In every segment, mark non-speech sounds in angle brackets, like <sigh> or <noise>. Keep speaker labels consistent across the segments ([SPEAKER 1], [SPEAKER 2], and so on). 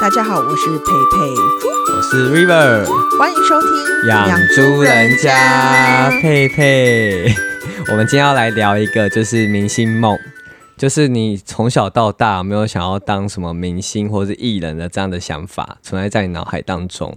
[SPEAKER 1] 大家好，我是佩佩猪，
[SPEAKER 2] 我是 River，
[SPEAKER 1] 欢迎收听
[SPEAKER 2] 养猪人家佩佩。 <laughs> 我们今天要来聊一个，就是明星梦，就是你从小到大有没有想要当什么明星或是艺人的这样的想法存在在你脑海当中？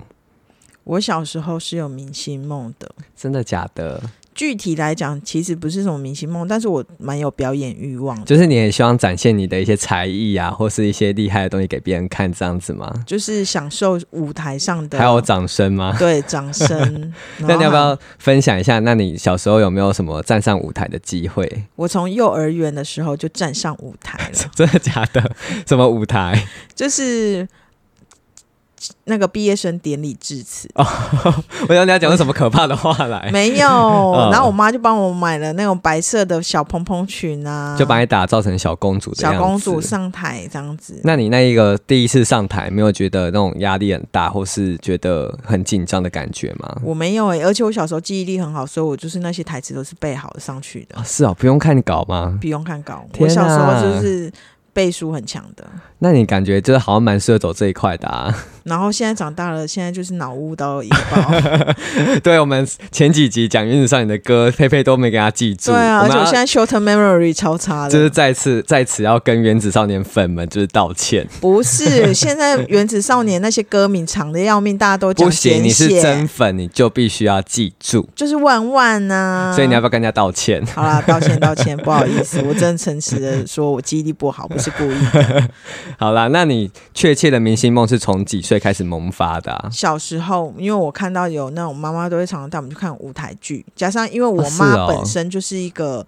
[SPEAKER 1] 我小时候是有明星梦的，
[SPEAKER 2] 真的假的？
[SPEAKER 1] 具体来讲，其实不是什么明星梦，但是我蛮有表演欲望的，
[SPEAKER 2] 就是你也希望展现你的一些才艺啊，或是一些厉害的东西给别人看，这样子吗？
[SPEAKER 1] 就是享受舞台上的
[SPEAKER 2] 还啊有掌声吗？
[SPEAKER 1] 对掌
[SPEAKER 2] <laughs>
[SPEAKER 1] 声。
[SPEAKER 2] 那你要不
[SPEAKER 1] 然后
[SPEAKER 2] 要分享一下？那你小时候有没有什么站上舞台的机会？，
[SPEAKER 1] 我从幼儿园的时候就站上舞台了
[SPEAKER 2] <laughs> 真的假的？什么舞台？
[SPEAKER 1] 就是那个毕业生典礼致辞。
[SPEAKER 2] 哦 <laughs> 我想你要讲出什么可怕的话
[SPEAKER 1] <laughs>
[SPEAKER 2] 来，
[SPEAKER 1] 没
[SPEAKER 2] <laughs>
[SPEAKER 1] 有，
[SPEAKER 2] 哦
[SPEAKER 1] 然后我妈就帮我买了那种白色的小蓬蓬裙啊，
[SPEAKER 2] 就把你打造成小公主的样
[SPEAKER 1] 小
[SPEAKER 2] 子。
[SPEAKER 1] 公主。上台这样子。
[SPEAKER 2] 那你那一个第一次上台，没有觉得那种压力很大，或是觉得很紧张的感觉吗？
[SPEAKER 1] 我没有哎、而且我小时候记忆力很好，所以我就是那些台词都是背好的上去的
[SPEAKER 2] 啊，，是哦，不用看稿吗？
[SPEAKER 1] 不用看稿。我
[SPEAKER 2] 天啊
[SPEAKER 1] 小时候就是背书很强的，
[SPEAKER 2] 那你感觉就是好像蛮适合走这一块的啊。 <laughs>
[SPEAKER 1] 然后现在长大了，现在就是脑雾到一个爆。
[SPEAKER 2] 对我们前几集讲原子少女的歌，佩佩都没给他记住。
[SPEAKER 1] 对啊，而
[SPEAKER 2] 我们
[SPEAKER 1] 且我
[SPEAKER 2] 要
[SPEAKER 1] 现在 short term memory 超差的。
[SPEAKER 2] 就是再次在此要跟原子少年粉们就是道歉，
[SPEAKER 1] <laughs> 不是，现在原子少年那些歌名长的要命，大家都讲
[SPEAKER 2] 不行，
[SPEAKER 1] 简
[SPEAKER 2] 你是
[SPEAKER 1] 写
[SPEAKER 2] 真粉，你就必须要记住，
[SPEAKER 1] 就是万万呐、
[SPEAKER 2] 所以你要不要跟人家道歉？
[SPEAKER 1] 好啦，道歉道歉，不好意思，我真的诚实的说，我记忆力不好，不是故意的。
[SPEAKER 2] 好啦，那你确切的明星梦是从几岁开始萌发的、啊？
[SPEAKER 1] 小时候，因为我看到有那种妈妈都会常常带我们去看舞台剧，加上因为我
[SPEAKER 2] 哦是
[SPEAKER 1] 妈
[SPEAKER 2] 哦
[SPEAKER 1] 本身就是一个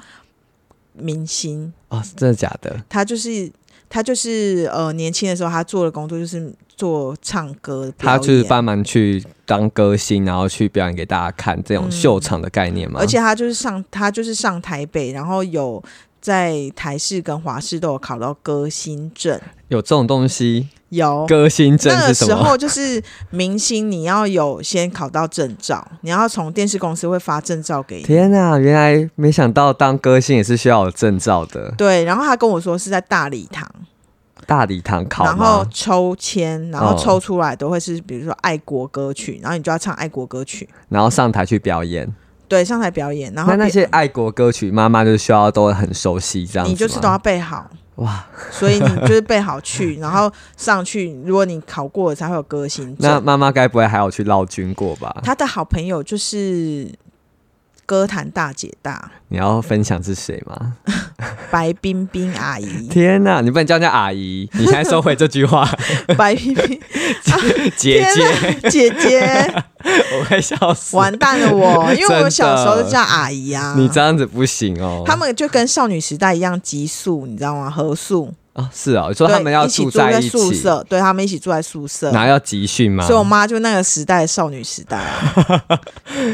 [SPEAKER 1] 明星，
[SPEAKER 2] 哦，真的假的？
[SPEAKER 1] 她就是她就是呃年轻的时候，她做的工作就是做唱歌的表
[SPEAKER 2] 他
[SPEAKER 1] 演，
[SPEAKER 2] 就是帮忙去当歌星，然后去表演给大家看这种
[SPEAKER 1] 嗯
[SPEAKER 2] 秀场的概念吗？
[SPEAKER 1] 而且她就是上她就是上台北，然后有在台视跟华视都有考到歌星证，
[SPEAKER 2] 有这种东西，
[SPEAKER 1] 有
[SPEAKER 2] 歌星证
[SPEAKER 1] 那
[SPEAKER 2] 是
[SPEAKER 1] 个
[SPEAKER 2] 什
[SPEAKER 1] 时
[SPEAKER 2] 么？
[SPEAKER 1] 候就是明星，你要有先考到证照，你要从电视公司会发证照给你。
[SPEAKER 2] 天啊，原来没想到当歌星也是需要有证照的。
[SPEAKER 1] 对，然后他跟我说是在大礼堂，
[SPEAKER 2] 大礼堂考
[SPEAKER 1] 然后
[SPEAKER 2] 吗？
[SPEAKER 1] 抽签，然后
[SPEAKER 2] 哦
[SPEAKER 1] 抽出来都会是比如说爱国歌曲，然后你就要唱爱国歌曲，
[SPEAKER 2] 然后上台去表演。
[SPEAKER 1] 对，上台表演，然后
[SPEAKER 2] 那那
[SPEAKER 1] 别
[SPEAKER 2] 些爱国歌曲，妈妈就需要都很熟悉这样子吗。
[SPEAKER 1] 你就是都要背好，
[SPEAKER 2] 哇，
[SPEAKER 1] 所以你就是背好
[SPEAKER 2] <laughs>
[SPEAKER 1] 去，然后上去，如果你考过了才会有歌星
[SPEAKER 2] 那
[SPEAKER 1] 证。
[SPEAKER 2] 妈妈该不会还有去绕军过吧？
[SPEAKER 1] 他的好朋友就是歌坛大姐大
[SPEAKER 2] 你要分享是谁吗？，
[SPEAKER 1] 白冰冰阿姨
[SPEAKER 2] 天哪，你不能叫人家阿姨，你现在收回这句
[SPEAKER 1] <laughs>
[SPEAKER 2] 话，
[SPEAKER 1] 白冰冰
[SPEAKER 2] <laughs> 姐姐，
[SPEAKER 1] 姐姐姐，
[SPEAKER 2] 我会笑死。
[SPEAKER 1] 完蛋了我，因为我
[SPEAKER 2] 真的
[SPEAKER 1] 小时候就叫阿姨啊。
[SPEAKER 2] 你这样子不行哦。
[SPEAKER 1] 他们就跟少女时代一样极速，你知道吗？合宿，
[SPEAKER 2] 啊、是哦，你说
[SPEAKER 1] 对，
[SPEAKER 2] 他们要
[SPEAKER 1] 一起
[SPEAKER 2] 住
[SPEAKER 1] 在
[SPEAKER 2] 在一
[SPEAKER 1] 宿
[SPEAKER 2] 起，
[SPEAKER 1] 舍，对他们一起住在宿舍
[SPEAKER 2] 然，后要集训吗
[SPEAKER 1] 所？以我妈就那个时代的少女时代啊，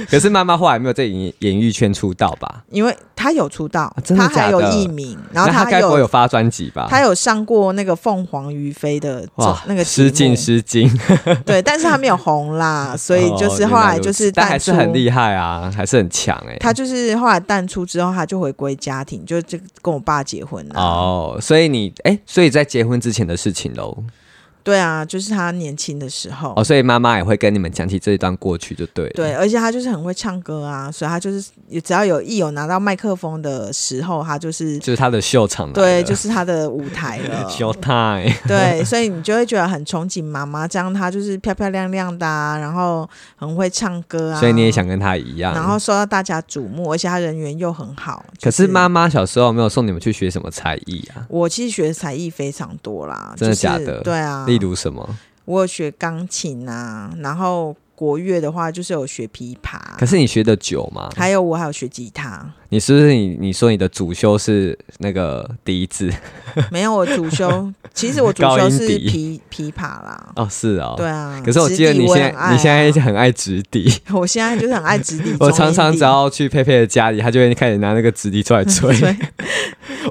[SPEAKER 2] 可是妈妈后来没有在演演艺圈出道吧？
[SPEAKER 1] 因为她有出道
[SPEAKER 2] 啊，真的
[SPEAKER 1] 她还
[SPEAKER 2] 假的
[SPEAKER 1] 有艺名，然后
[SPEAKER 2] 那她
[SPEAKER 1] 她
[SPEAKER 2] 该不会
[SPEAKER 1] 有
[SPEAKER 2] 有发专辑吧？
[SPEAKER 1] 她有上过那个凤凰于飞的
[SPEAKER 2] 哇，
[SPEAKER 1] 那个节目
[SPEAKER 2] 失敬失敬，
[SPEAKER 1] 对，但是她没有红
[SPEAKER 2] <laughs>
[SPEAKER 1] 啦，所以就是
[SPEAKER 2] 哦
[SPEAKER 1] 后来
[SPEAKER 2] 原
[SPEAKER 1] 就
[SPEAKER 2] 如此
[SPEAKER 1] 是
[SPEAKER 2] 但
[SPEAKER 1] 淡
[SPEAKER 2] 还是
[SPEAKER 1] 出
[SPEAKER 2] 很厉害啊，还是很强哎、
[SPEAKER 1] 她就是后来淡出之后，她就回归家庭，就就跟我爸结婚了。
[SPEAKER 2] 哦，所以你哎、所以在结婚之前的事情喽。
[SPEAKER 1] 对啊，就是他年轻的时候。
[SPEAKER 2] 哦，所以妈妈也会跟你们讲起这一段过去就对了。
[SPEAKER 1] 对，而且他就是很会唱歌啊，所以他就是只要有一有拿到麦克风的时候，他就是
[SPEAKER 2] 就是她的秀场来
[SPEAKER 1] 对，
[SPEAKER 2] 了，。
[SPEAKER 1] 就是他的舞台了
[SPEAKER 2] show <laughs> time。
[SPEAKER 1] 对，所以你就会觉得很憧憬妈妈，这样她就是漂漂亮亮的、啊，然后很会唱歌啊。
[SPEAKER 2] 所以你也想跟她一样。
[SPEAKER 1] 然后，受到大家瞩目，而且她人缘又很好。就
[SPEAKER 2] 可
[SPEAKER 1] 是
[SPEAKER 2] 妈，妈小时候没有送你们去学什么才艺啊？
[SPEAKER 1] 我其实学才艺非常多啦，
[SPEAKER 2] 真的
[SPEAKER 1] 就是
[SPEAKER 2] 假的
[SPEAKER 1] 对啊，
[SPEAKER 2] 例如什么？
[SPEAKER 1] 我有学钢琴啊，然后国乐的话就是有学琵琶，
[SPEAKER 2] 可是你学的久吗？
[SPEAKER 1] 还有我还有学吉他，
[SPEAKER 2] 你是不是你你说你的主修是那个
[SPEAKER 1] <laughs>
[SPEAKER 2] 笛子？
[SPEAKER 1] 没有我主
[SPEAKER 2] <laughs>
[SPEAKER 1] 修，其实我主
[SPEAKER 2] 高
[SPEAKER 1] 修
[SPEAKER 2] 音
[SPEAKER 1] 是
[SPEAKER 2] 笛
[SPEAKER 1] 琵琵琶啦，
[SPEAKER 2] 哦，是哦。
[SPEAKER 1] 对。啊。
[SPEAKER 2] 可是我记得
[SPEAKER 1] 直笛
[SPEAKER 2] 你
[SPEAKER 1] 我
[SPEAKER 2] 现
[SPEAKER 1] 也
[SPEAKER 2] 在、
[SPEAKER 1] 很爱啊
[SPEAKER 2] 你现在很爱直笛，，
[SPEAKER 1] <laughs> 我现在就是很爱直笛
[SPEAKER 2] <laughs> 我常常只
[SPEAKER 1] 找
[SPEAKER 2] 要去佩佩的家里，他就会开始拿那个直笛出来吹。
[SPEAKER 1] 对，
[SPEAKER 2] <laughs>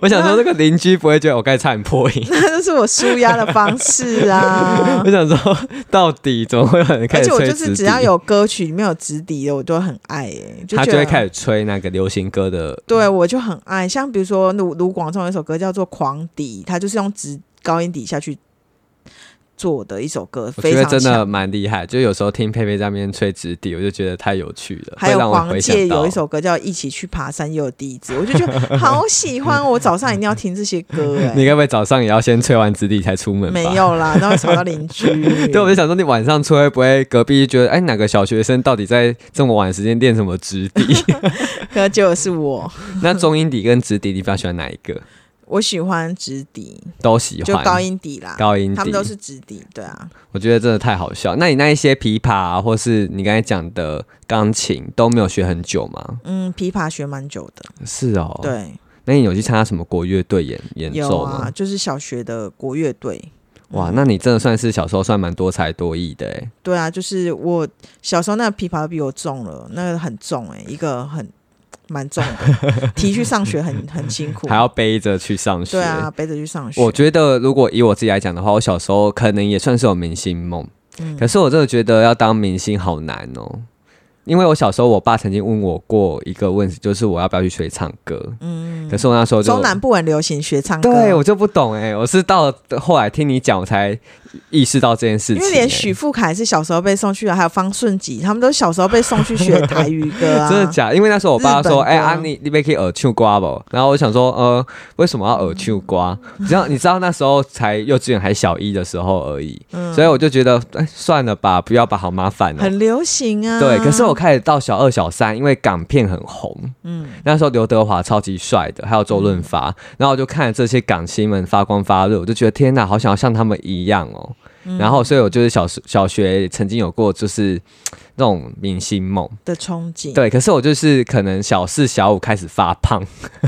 [SPEAKER 2] 我想说，那个邻居不会觉得我刚才差点破
[SPEAKER 1] <laughs>
[SPEAKER 2] 音。
[SPEAKER 1] 那就是我舒压的方式啊
[SPEAKER 2] 我。想说，到底怎么会有人 <laughs> 开
[SPEAKER 1] 而
[SPEAKER 2] 始
[SPEAKER 1] 且我
[SPEAKER 2] 吹
[SPEAKER 1] 就是
[SPEAKER 2] 直
[SPEAKER 1] 只
[SPEAKER 2] 笛？
[SPEAKER 1] 要有歌曲里面有直笛的，我都很爱诶、就
[SPEAKER 2] 他
[SPEAKER 1] 觉
[SPEAKER 2] 就
[SPEAKER 1] 得
[SPEAKER 2] 会开始吹那个流行歌的
[SPEAKER 1] 对我就很爱。像比如说卢卢广仲有一首歌叫做《狂笛》，他就是用直高音底下去做的一首歌，
[SPEAKER 2] 我
[SPEAKER 1] 非
[SPEAKER 2] 觉
[SPEAKER 1] 常
[SPEAKER 2] 得真的
[SPEAKER 1] 强。
[SPEAKER 2] 蛮厉害，就有时候听佩佩在那边吹直笛，我就觉得太有趣了，
[SPEAKER 1] 还
[SPEAKER 2] 会
[SPEAKER 1] 有
[SPEAKER 2] 让我
[SPEAKER 1] 黄
[SPEAKER 2] 回想
[SPEAKER 1] 玠
[SPEAKER 2] 到
[SPEAKER 1] 有一首歌叫《一起去爬山》，也有笛子，我就觉
[SPEAKER 2] <laughs>
[SPEAKER 1] 得好喜欢。我早上一定要听这些歌、
[SPEAKER 2] 你
[SPEAKER 1] 欸，
[SPEAKER 2] 该不会早上也要先吹完纸笛才出门吧？
[SPEAKER 1] 没。有啦，那会吵到邻居。
[SPEAKER 2] <laughs> 对，我就想说，你晚上吹会不会隔壁觉得，哎，哪个小学生到底在这么晚的时间练什么直
[SPEAKER 1] <laughs>
[SPEAKER 2] 笛？ <laughs>
[SPEAKER 1] 可结果是我，
[SPEAKER 2] 那中音笛跟直笛，你比较喜欢哪一个？
[SPEAKER 1] 我喜欢直笛，
[SPEAKER 2] 都喜
[SPEAKER 1] 就
[SPEAKER 2] 欢。
[SPEAKER 1] 高音笛啦，
[SPEAKER 2] 高音
[SPEAKER 1] 他
[SPEAKER 2] 笛
[SPEAKER 1] 们，都是直笛，对啊，
[SPEAKER 2] 我觉得真的太好笑。那你那一些琵琶、啊，或是你刚才讲的钢琴，都没有学很久吗？
[SPEAKER 1] 嗯，琵琶学蛮久的，
[SPEAKER 2] 是哦。。
[SPEAKER 1] 对，
[SPEAKER 2] 那你有去参加什么国乐队演演
[SPEAKER 1] 有
[SPEAKER 2] 奏吗？
[SPEAKER 1] 啊，就是小学的国乐队，
[SPEAKER 2] 哇，
[SPEAKER 1] 嗯
[SPEAKER 2] 那你真的算是小时候算蛮多才多艺的哎。
[SPEAKER 1] 对啊，就是我小时候那个琵琶都比我重了，那个很重哎、一个很蛮重
[SPEAKER 2] <laughs>
[SPEAKER 1] 的，提去上学很很辛苦，
[SPEAKER 2] 还要背着去上学。
[SPEAKER 1] 对啊，背着去上学，
[SPEAKER 2] 我觉得如果以我自己来讲的话，我小时候可能也算是有明星梦，
[SPEAKER 1] 嗯
[SPEAKER 2] 可是我真的觉得要当明星好难哦。因为我小时候，我爸曾经问我过一个问题，就是我要不要去学唱歌。
[SPEAKER 1] 嗯，
[SPEAKER 2] 可是我那时候就
[SPEAKER 1] 中南部很流行学唱歌，
[SPEAKER 2] 对我就不懂哎、我是到后来听你讲，我才意识到这件事
[SPEAKER 1] 因
[SPEAKER 2] 情、
[SPEAKER 1] 为
[SPEAKER 2] 欸。
[SPEAKER 1] 连许富凯是小时候被送去的，还有方顺吉，他们都小时候被送去学台语歌啊。
[SPEAKER 2] <laughs> 真的假的因为那时候我
[SPEAKER 1] 日
[SPEAKER 2] 爸说：“
[SPEAKER 1] 本歌
[SPEAKER 2] 哎、啊，你你别可以耳秋瓜不？”然后我想说：“呃，为什么要耳秋瓜？”
[SPEAKER 1] 嗯
[SPEAKER 2] 你知道，你知道那时候才幼稚园还小一的时候而已，所以我就觉得，哎、算了吧，不要吧，好麻烦哦、
[SPEAKER 1] 嗯很流行啊。
[SPEAKER 2] 对，可是我开始到小二、小三，因为港片很红，
[SPEAKER 1] 嗯，
[SPEAKER 2] 那时候刘德华超级帅的，还有周润发，然后我就看着这些港星们发光发热，我就觉得天哪，好想要像他们一样哦。
[SPEAKER 1] 嗯
[SPEAKER 2] 然后，所以我就是小时小学曾经有过就是那种明星梦，
[SPEAKER 1] 的憧憬，，
[SPEAKER 2] 对。可是我就是可能小四、小五开始发胖，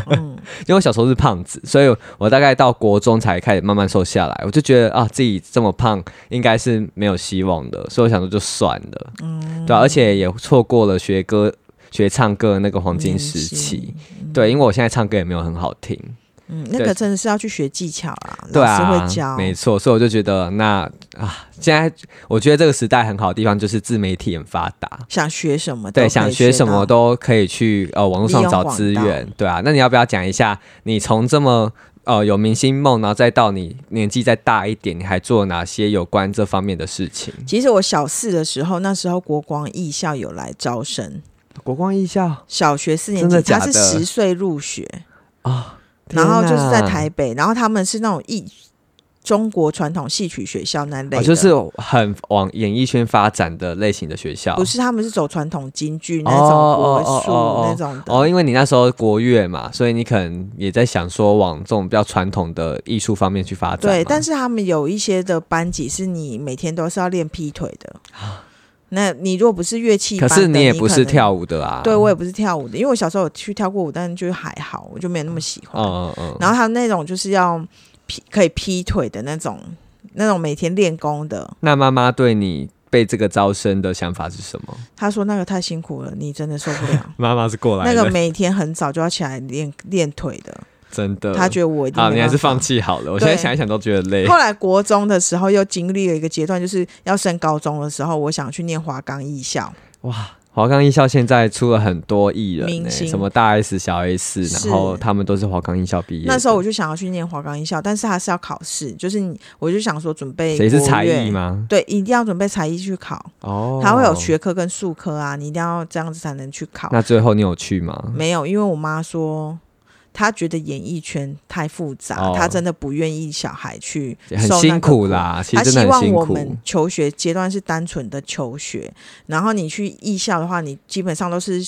[SPEAKER 1] 嗯，
[SPEAKER 2] <laughs> 因为我小时候是胖子，所以我大概到国中才开始慢慢瘦下来。我就觉得啊，自己这么胖应该是没有希望的，所以我想说就算了，
[SPEAKER 1] 嗯
[SPEAKER 2] 对啊、而且也错过了学歌、学唱歌的那个黄金时期，对，因为我现在唱歌也没有很好听，
[SPEAKER 1] 嗯，那个真的是要去学技巧啦，
[SPEAKER 2] 对
[SPEAKER 1] 老师
[SPEAKER 2] 啊
[SPEAKER 1] 会教，，
[SPEAKER 2] 没错，所以我就觉得那啊，现在我觉得这个时代很好的地方就是自媒体很发达，
[SPEAKER 1] 想学什么都可
[SPEAKER 2] 对，
[SPEAKER 1] 以
[SPEAKER 2] 想学什么
[SPEAKER 1] 到。
[SPEAKER 2] 都可以去呃网络上找资
[SPEAKER 1] 利用
[SPEAKER 2] 源
[SPEAKER 1] 广，
[SPEAKER 2] 对啊。那你要不要讲一下，你从这么呃有明星梦，然后再到你年纪再大一点，你还做哪些有关这方面的事情？
[SPEAKER 1] 其实我小四的时候，那时候国光艺校有来招生，
[SPEAKER 2] 国光艺校
[SPEAKER 1] 小学四年级，
[SPEAKER 2] 真的假
[SPEAKER 1] 他
[SPEAKER 2] 的
[SPEAKER 1] 是十岁入学，
[SPEAKER 2] 啊，
[SPEAKER 1] 然后
[SPEAKER 2] 天
[SPEAKER 1] 就
[SPEAKER 2] 哪
[SPEAKER 1] 是在台北，然后他们是那种艺中国传统戏曲学校那类的，
[SPEAKER 2] 哦就是很往演艺圈发展的类型的学校，
[SPEAKER 1] 不是，他们是走传统京剧那种
[SPEAKER 2] 哦
[SPEAKER 1] 国
[SPEAKER 2] 哦
[SPEAKER 1] 术
[SPEAKER 2] 哦哦
[SPEAKER 1] 那种的。
[SPEAKER 2] 哦，因为你那时候国乐嘛，所以你可能也在想说往这种比较传统的艺术方面去发展嘛。
[SPEAKER 1] 对，但是他们有一些的班级是你每天都是要练劈腿的。那你如果不是乐器
[SPEAKER 2] 啊可
[SPEAKER 1] 班的，
[SPEAKER 2] 是
[SPEAKER 1] 你
[SPEAKER 2] 也不
[SPEAKER 1] 可
[SPEAKER 2] 是
[SPEAKER 1] 能
[SPEAKER 2] 跳舞的啊。
[SPEAKER 1] 对我也不是跳舞的，因为我小时候有去跳过舞，但就是还好，我就没有那么喜欢。
[SPEAKER 2] 嗯嗯嗯。
[SPEAKER 1] 然后还有那种就是要劈可以劈腿的那种，那种每天练功的，
[SPEAKER 2] 那妈妈对你被这个招生的想法是什么？。
[SPEAKER 1] 他说那个太辛苦了，你真的受不了
[SPEAKER 2] <laughs> 妈妈是过
[SPEAKER 1] 那个每天很早就要起来练练腿的，
[SPEAKER 2] 真的。
[SPEAKER 1] 他觉得我一定
[SPEAKER 2] 好，你
[SPEAKER 1] 没
[SPEAKER 2] 还
[SPEAKER 1] 办
[SPEAKER 2] 是
[SPEAKER 1] 法
[SPEAKER 2] 放弃好了。我
[SPEAKER 1] 对
[SPEAKER 2] 现在想一想都觉得累。
[SPEAKER 1] 后来国中的时候又经历了一个阶段，就是要升高中的时候，我想去念华冈艺校，
[SPEAKER 2] 哇，华冈艺校现在出了很多艺人、
[SPEAKER 1] 明
[SPEAKER 2] 欸，
[SPEAKER 1] 星
[SPEAKER 2] 什么大 S、小 S，
[SPEAKER 1] 是
[SPEAKER 2] 然后他们都是华冈艺校毕业的。
[SPEAKER 1] 那时候我就想要去念华冈艺校，但是还是要考试，就是你我就想说准备
[SPEAKER 2] 谁是
[SPEAKER 1] 国
[SPEAKER 2] 才艺
[SPEAKER 1] 乐？
[SPEAKER 2] 吗？
[SPEAKER 1] 对，一定要准备才艺去考，
[SPEAKER 2] 哦，
[SPEAKER 1] 它会有。学科跟术科啊，你一定要这样子才能去考。
[SPEAKER 2] 那最后你有去吗？
[SPEAKER 1] 没有，因为我妈说。她觉得演艺圈太复杂，
[SPEAKER 2] 哦
[SPEAKER 1] 她真的不愿意小孩去
[SPEAKER 2] 很
[SPEAKER 1] 受那
[SPEAKER 2] 辛
[SPEAKER 1] 个
[SPEAKER 2] 苦
[SPEAKER 1] 苦
[SPEAKER 2] 啦，其
[SPEAKER 1] 他
[SPEAKER 2] 实真
[SPEAKER 1] 希
[SPEAKER 2] 的很
[SPEAKER 1] 望
[SPEAKER 2] 辛
[SPEAKER 1] 我
[SPEAKER 2] 苦
[SPEAKER 1] 们。求学阶段是单纯的求学，然后你去艺校的话，你基本上都是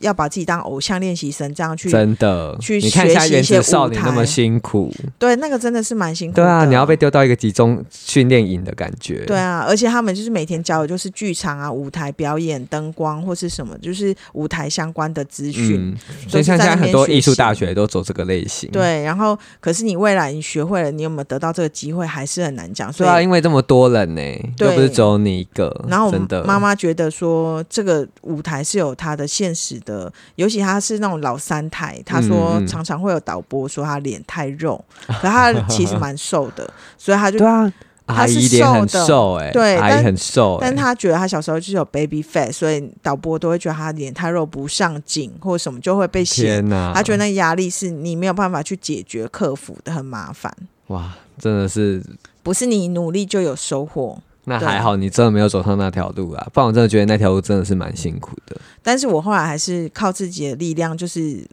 [SPEAKER 1] 要把自己当偶像练习生这样去。
[SPEAKER 2] 真的，
[SPEAKER 1] 去
[SPEAKER 2] 你看一下
[SPEAKER 1] 学
[SPEAKER 2] 《
[SPEAKER 1] 习
[SPEAKER 2] 原
[SPEAKER 1] 一些
[SPEAKER 2] 子少
[SPEAKER 1] 舞
[SPEAKER 2] 年》那么
[SPEAKER 1] 台
[SPEAKER 2] 辛苦，
[SPEAKER 1] 对，那个真的是蛮辛苦的。
[SPEAKER 2] 对啊，你要被。丢到一个集中训练营的感觉，
[SPEAKER 1] 对啊，而且他们就是每天教的就是剧场啊、舞台表演、灯光或是什么，就是舞台相关的资讯。
[SPEAKER 2] 嗯，
[SPEAKER 1] 都
[SPEAKER 2] 所以
[SPEAKER 1] 是在
[SPEAKER 2] 像现在
[SPEAKER 1] 那
[SPEAKER 2] 很
[SPEAKER 1] 边
[SPEAKER 2] 多
[SPEAKER 1] 学
[SPEAKER 2] 艺术
[SPEAKER 1] 习
[SPEAKER 2] 大学都走这个类型。
[SPEAKER 1] 对，然后可是你未来你学会了，你有没有得到这个机会，还是很难讲。所
[SPEAKER 2] 对
[SPEAKER 1] 以
[SPEAKER 2] 啊，因为这么多人呢、又
[SPEAKER 1] 对
[SPEAKER 2] 不是只有你一个。
[SPEAKER 1] 然后我
[SPEAKER 2] 嗯真
[SPEAKER 1] 们
[SPEAKER 2] 的
[SPEAKER 1] 妈妈觉得说，这个舞台是有它的现实的，尤其她是那种老三台，她说
[SPEAKER 2] 嗯嗯
[SPEAKER 1] 常常会有导播说她脸太
[SPEAKER 2] <laughs>
[SPEAKER 1] 肉，可她其实蛮瘦的，所以她就
[SPEAKER 2] 对，啊，
[SPEAKER 1] 她
[SPEAKER 2] 阿
[SPEAKER 1] 是
[SPEAKER 2] 姨脸很
[SPEAKER 1] 瘦的
[SPEAKER 2] 瘦哎、
[SPEAKER 1] 对
[SPEAKER 2] 阿姨
[SPEAKER 1] 但
[SPEAKER 2] 很瘦、欸，
[SPEAKER 1] 但她觉得她小时候就是有 baby fat，所以导播都会觉得她脸太肉不上镜或什么就会被嫌，
[SPEAKER 2] 天哪、
[SPEAKER 1] 她觉得那个压力是你没有办法去解决克服的，很麻烦。
[SPEAKER 2] 哇，真的是
[SPEAKER 1] 不是你努力就有收获。
[SPEAKER 2] 那
[SPEAKER 1] 对
[SPEAKER 2] 还好，你真的没有走上那条路啦，不然我真的觉得那条路真的是蛮辛苦的。
[SPEAKER 1] 但是我后来还是靠自己的力量，就是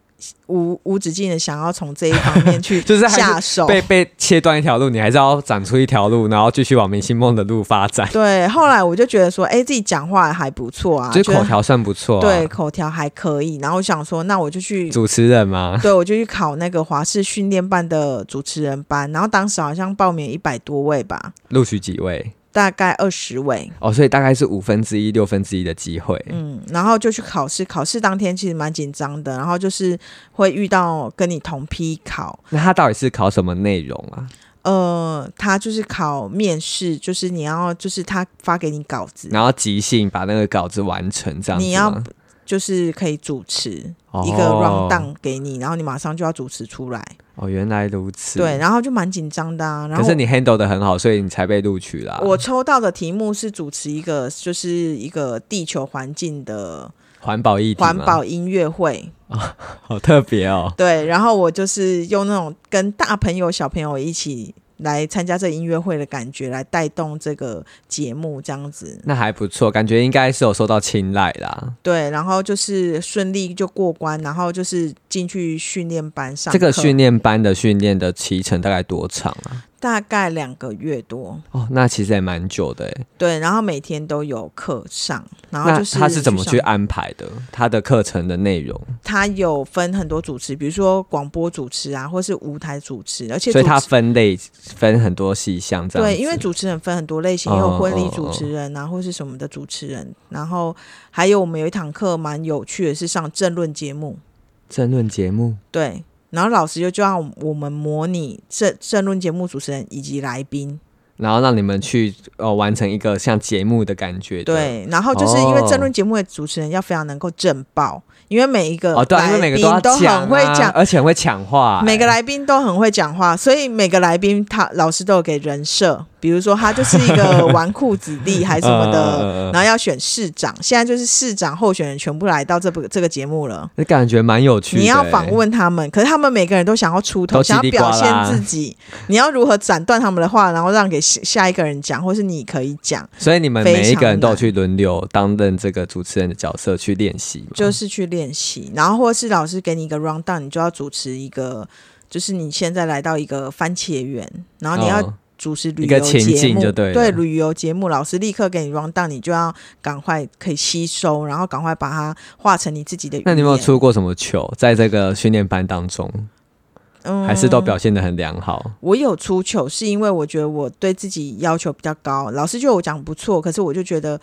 [SPEAKER 1] 无无止境的想要从这一方
[SPEAKER 2] <laughs>
[SPEAKER 1] 面去
[SPEAKER 2] 就是还是
[SPEAKER 1] 下手。
[SPEAKER 2] 被被切断一条路，你还是要长出一条路，然后继续往明星梦的路发展。
[SPEAKER 1] 对，后来我就觉得说，哎、自己讲话还不错啊，
[SPEAKER 2] 这
[SPEAKER 1] 觉得
[SPEAKER 2] 口条算不错、啊，
[SPEAKER 1] 对，口条还可以。然后我想说，那我就
[SPEAKER 2] <laughs>
[SPEAKER 1] 去，
[SPEAKER 2] 主持人嘛，
[SPEAKER 1] 对我就去考那个华视训练班的主持人班。然后当时好像报名一百多位吧，
[SPEAKER 2] 录取几位？
[SPEAKER 1] 大概二十位。
[SPEAKER 2] 哦，所以大概是五分之一、六分之一的机会。
[SPEAKER 1] 嗯，然后就去考试。考试当天其实蛮紧张的，然后就是会遇到跟你同批考。
[SPEAKER 2] <laughs> 那他到底是考什么内容啊？
[SPEAKER 1] 呃，他就是考面试，就是你要，就是他发给你稿子，
[SPEAKER 2] 然后即兴把那个稿子完成，这样子
[SPEAKER 1] 你要
[SPEAKER 2] 吗
[SPEAKER 1] 就是可以主持
[SPEAKER 2] 哦
[SPEAKER 1] 一个 round down 给你，然后你马上就要主持出来。
[SPEAKER 2] 哦，原来如此。
[SPEAKER 1] 对，，然后就蛮紧张的啊。然
[SPEAKER 2] 可
[SPEAKER 1] 后
[SPEAKER 2] 是你啊 handle 的很好，所以你才被录取啦。
[SPEAKER 1] 我抽到的题目是主持一个，就是一个地球环境的
[SPEAKER 2] 环保议题吗
[SPEAKER 1] 环保音乐会。
[SPEAKER 2] 好特别哦。
[SPEAKER 1] 对，然后我就是用那种跟大朋友、小朋友一起来参加这音乐会的感觉，来带动这个节目这样子。
[SPEAKER 2] 那还不错，感觉应该是有受到青睐啦。
[SPEAKER 1] 对，然后就是顺利就过关，然后就是进去训练班上
[SPEAKER 2] 这个
[SPEAKER 1] 课
[SPEAKER 2] 训练班的训练的期程大概多长啊？
[SPEAKER 1] 大概两个月多，
[SPEAKER 2] 哦，那其实也蛮久的诶。
[SPEAKER 1] 对，然后每天都有课上，然后
[SPEAKER 2] 那
[SPEAKER 1] 就是
[SPEAKER 2] 他是怎么去
[SPEAKER 1] 上
[SPEAKER 2] 安排的？他的课程的内容，
[SPEAKER 1] 它有分很多主持，比如说广播主持啊，或是舞台主持，而且
[SPEAKER 2] 所
[SPEAKER 1] 主
[SPEAKER 2] 以他
[SPEAKER 1] 持
[SPEAKER 2] 分类分很多细项这样子。
[SPEAKER 1] 对，因为主持人分很多类型，
[SPEAKER 2] 哦
[SPEAKER 1] 也有婚礼
[SPEAKER 2] 哦
[SPEAKER 1] 主持人啊，或是什么的主持人，然后还有我们有一堂课蛮有趣的，是上政论节目，
[SPEAKER 2] 争论节目
[SPEAKER 1] 对，然后老师就就让我们模拟政政论节目主持人以及来宾，
[SPEAKER 2] 然后让你们去呃完成一个像节目的感觉的。
[SPEAKER 1] 对，然后就是因为
[SPEAKER 2] 哦
[SPEAKER 1] 政论节目的主持人要非常能够震爆，因为每一个
[SPEAKER 2] 哦，对啊，因为
[SPEAKER 1] 来
[SPEAKER 2] 每个
[SPEAKER 1] 宾
[SPEAKER 2] 要
[SPEAKER 1] 都
[SPEAKER 2] 讲、啊，
[SPEAKER 1] 很会讲，
[SPEAKER 2] 而且很会抢话、
[SPEAKER 1] 每个来宾都很会讲话，所以每个来宾他老师都有给人设，比如说他就是一
[SPEAKER 2] <laughs>
[SPEAKER 1] 个纨绔子弟还是什么
[SPEAKER 2] 嗯嗯嗯
[SPEAKER 1] 的
[SPEAKER 2] 嗯，
[SPEAKER 1] 然后要选市长，现在就是市长候选人全部来到这部这个节目了。
[SPEAKER 2] 那感觉蛮有趣的、欸
[SPEAKER 1] 你要访，问他们，可是他们每个人都想要出头，
[SPEAKER 2] 都叽
[SPEAKER 1] 想要
[SPEAKER 2] 里呱
[SPEAKER 1] 表
[SPEAKER 2] 啦
[SPEAKER 1] 现自己。你要如何斩断他们的话，然后让给下下一个人讲，或是你可以讲，
[SPEAKER 2] 所以你们每一
[SPEAKER 1] 非
[SPEAKER 2] 个
[SPEAKER 1] 常
[SPEAKER 2] 人
[SPEAKER 1] 难
[SPEAKER 2] 都有去轮流担任这个主持人的角色去练习嘛。
[SPEAKER 1] 就是去练习。然后或是老师给你一个 round down，你就要主持一个，就是你现在来到一个番茄园，然后你要
[SPEAKER 2] 哦
[SPEAKER 1] 主持旅
[SPEAKER 2] 一个
[SPEAKER 1] 游
[SPEAKER 2] 情
[SPEAKER 1] 节
[SPEAKER 2] 境
[SPEAKER 1] 目，
[SPEAKER 2] 就对了
[SPEAKER 1] 旅游节目，老师立刻给你 round down，你就要赶快可以吸收，然后赶快把它化成你自己的语言。
[SPEAKER 2] 那你有没有出过什么糗？在这个训练班当中，
[SPEAKER 1] 嗯
[SPEAKER 2] 还是都表现的很良好？
[SPEAKER 1] 我有出糗，是因为我觉得我对自己要求比较高，老师觉得我讲不错，可是我就觉得。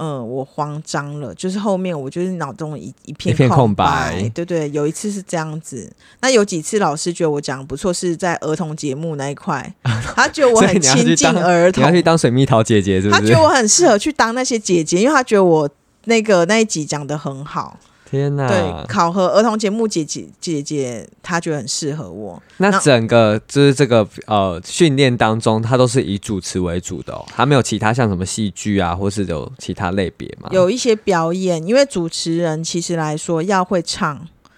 [SPEAKER 1] 嗯，我慌张了，就是后面我就是脑中一一片
[SPEAKER 2] 一片空
[SPEAKER 1] 白，
[SPEAKER 2] 白
[SPEAKER 1] 对对，有一次是这样子，那有几次老师觉得我讲得不错，是在儿童节目那一
[SPEAKER 2] <laughs>
[SPEAKER 1] 块，他觉得我
[SPEAKER 2] 所以
[SPEAKER 1] 很
[SPEAKER 2] 你要
[SPEAKER 1] 亲
[SPEAKER 2] 去
[SPEAKER 1] 近
[SPEAKER 2] 当
[SPEAKER 1] 儿
[SPEAKER 2] 你
[SPEAKER 1] 童
[SPEAKER 2] 要，去当水蜜桃姐姐是不
[SPEAKER 1] 他
[SPEAKER 2] 是
[SPEAKER 1] 觉？得我很适合去当那些姐姐，因为他觉得我那个那一集讲的很好，
[SPEAKER 2] 天哪！
[SPEAKER 1] 对，考核儿童节目姐姐姐姐，他觉得很适合我。
[SPEAKER 2] 那
[SPEAKER 1] 那
[SPEAKER 2] 整个就是这个呃训练当中，它都是以主持为主的哦，它没有其他像什么戏剧啊，或是有其他类别嘛？
[SPEAKER 1] 有一些表演，因为主持人其实来说要会唱、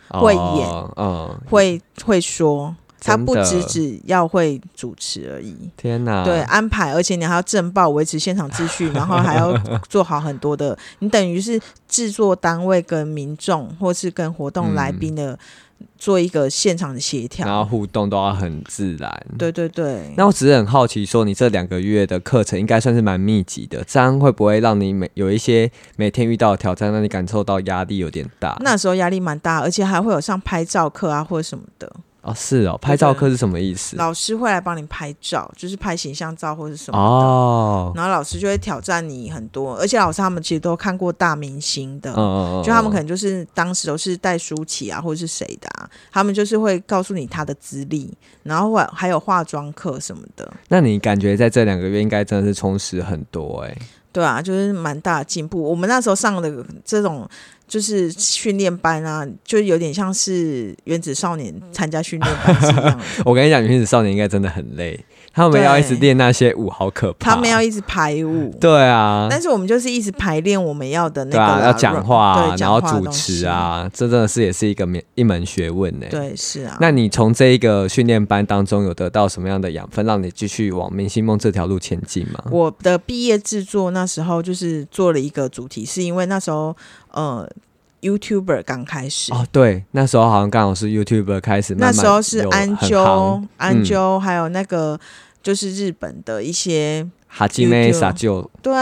[SPEAKER 2] 哦
[SPEAKER 1] 会演，
[SPEAKER 2] 嗯，
[SPEAKER 1] 会会说，他
[SPEAKER 2] 真
[SPEAKER 1] 不
[SPEAKER 2] 的啊
[SPEAKER 1] 只只要会主持而已。
[SPEAKER 2] 天哪！
[SPEAKER 1] 对，，啊安排，而且你还要正报维持现场秩
[SPEAKER 2] <laughs>
[SPEAKER 1] 序，然后还要做好很多的，你等于是制作单位跟民众或是跟活动来宾的、做一个现场的协调。
[SPEAKER 2] 嗯然后互动都要很自然。
[SPEAKER 1] 对对对，
[SPEAKER 2] 那我只是很好奇，说你这两个月的课程应该算是蛮密集的，这样会不会让你每有一些每天遇到的挑战，让你感受到压力有点大？
[SPEAKER 1] 那时候压力蛮大，而且还会有上拍照课啊或者什么的，
[SPEAKER 2] 哦，是哦，拍照课是什么意思？
[SPEAKER 1] 老师会来帮你拍照，就是拍形象照或者什么的。
[SPEAKER 2] 哦，
[SPEAKER 1] 然后老师就会挑战你很多，而且老师他们其实都看过大明星的，
[SPEAKER 2] 嗯嗯嗯，
[SPEAKER 1] 就他们可
[SPEAKER 2] 能
[SPEAKER 1] 能就是当时都是戴舒淇啊，或者是谁的啊，他们就是会告诉你他的资历，然后还还有化妆课什么的，
[SPEAKER 2] 那你感觉在这两个月应该真的是充实很多哎、
[SPEAKER 1] 对啊，就是蛮大的进步。我们那时候上的这种就是训练班啊，就有点
[SPEAKER 2] 嗯
[SPEAKER 1] 像是原子少年参加训练班是一样的。
[SPEAKER 2] <laughs> 我跟你讲，原子少年应该真的很累，他们要一直
[SPEAKER 1] 对
[SPEAKER 2] 练那些舞，好可怕。
[SPEAKER 1] 他们要一直排舞，
[SPEAKER 2] 对啊，
[SPEAKER 1] 但是我们就是一直排练我们要的那
[SPEAKER 2] 对
[SPEAKER 1] 个啦
[SPEAKER 2] 啊，要讲话、
[SPEAKER 1] 对
[SPEAKER 2] 啊，然
[SPEAKER 1] 讲
[SPEAKER 2] 后
[SPEAKER 1] 话的
[SPEAKER 2] 主
[SPEAKER 1] 东
[SPEAKER 2] 持
[SPEAKER 1] 西，
[SPEAKER 2] 啊，这真的是也是一个门一门学问呢、。
[SPEAKER 1] 对，是啊。
[SPEAKER 2] 那你从这一个训练班当中有得到什么样的养分，让你继续往明星梦这条路前进吗？
[SPEAKER 1] 我的毕业制作那时候就是做了一个主题，是因为那时候呃，YouTuber 刚开始，
[SPEAKER 2] 哦，对，那时候好像刚好是 YouTube 开始慢慢
[SPEAKER 1] 那时候是
[SPEAKER 2] 有
[SPEAKER 1] 安
[SPEAKER 2] 很
[SPEAKER 1] 啾
[SPEAKER 2] 夯、嗯
[SPEAKER 1] 安啾，还有那个就是日本的一些
[SPEAKER 2] 哈基
[SPEAKER 1] YouTube
[SPEAKER 2] 梅撒就
[SPEAKER 1] 对，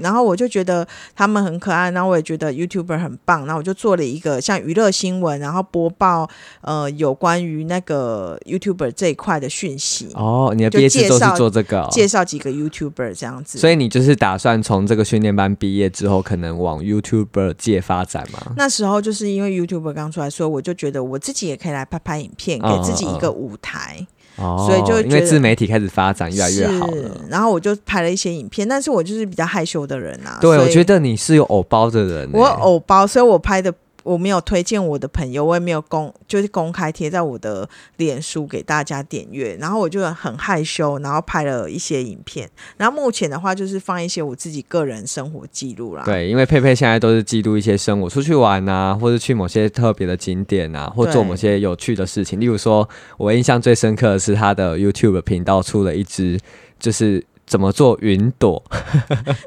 [SPEAKER 1] 然后我就觉得他们很可爱，然后我也觉得 YouTuber 很棒，然后我就做了一个像娱乐新闻，然后播报呃有关于那个 YouTuber 这一块的讯息，
[SPEAKER 2] 哦，你的
[SPEAKER 1] 就
[SPEAKER 2] 毕业制
[SPEAKER 1] 介
[SPEAKER 2] 作是
[SPEAKER 1] 绍
[SPEAKER 2] 做这个哦、
[SPEAKER 1] 介绍几个 YouTuber 这样子。
[SPEAKER 2] 所
[SPEAKER 1] 以
[SPEAKER 2] 以你就是打算从这个训练班毕业之后，可能往 YouTuber 界发展吗？
[SPEAKER 1] 那时候就是因为 YouTuber 刚出来，所以我就觉得我自己也可以来拍拍影片，给自己一
[SPEAKER 2] 嗯
[SPEAKER 1] 个舞台。
[SPEAKER 2] 哦，
[SPEAKER 1] 所以就会
[SPEAKER 2] 因为
[SPEAKER 1] 觉得
[SPEAKER 2] 自媒体开始发展越来越好了。
[SPEAKER 1] 是，然后我就拍了一些影片，但是我就是比较害羞的人啊。
[SPEAKER 2] 对，
[SPEAKER 1] 所以
[SPEAKER 2] 我觉得你是有偶包的人、欸。
[SPEAKER 1] 我偶包，所以我拍的我没有推荐我的朋友，我也没有公就是公开贴在我的脸书给大家点阅，然后我就很害羞，然后拍了一些影片，然后目前的话就是放一些我自己个人生活记录啦。
[SPEAKER 2] 对，因为佩佩现在都是记录一些生活，出去玩啊，或者去某些特别的景点啊，或做
[SPEAKER 1] 对
[SPEAKER 2] 某些有趣的事情。例如说，我印象最深刻的是他的 YouTube 频道出了一支，就是怎么做云朵。 <laughs>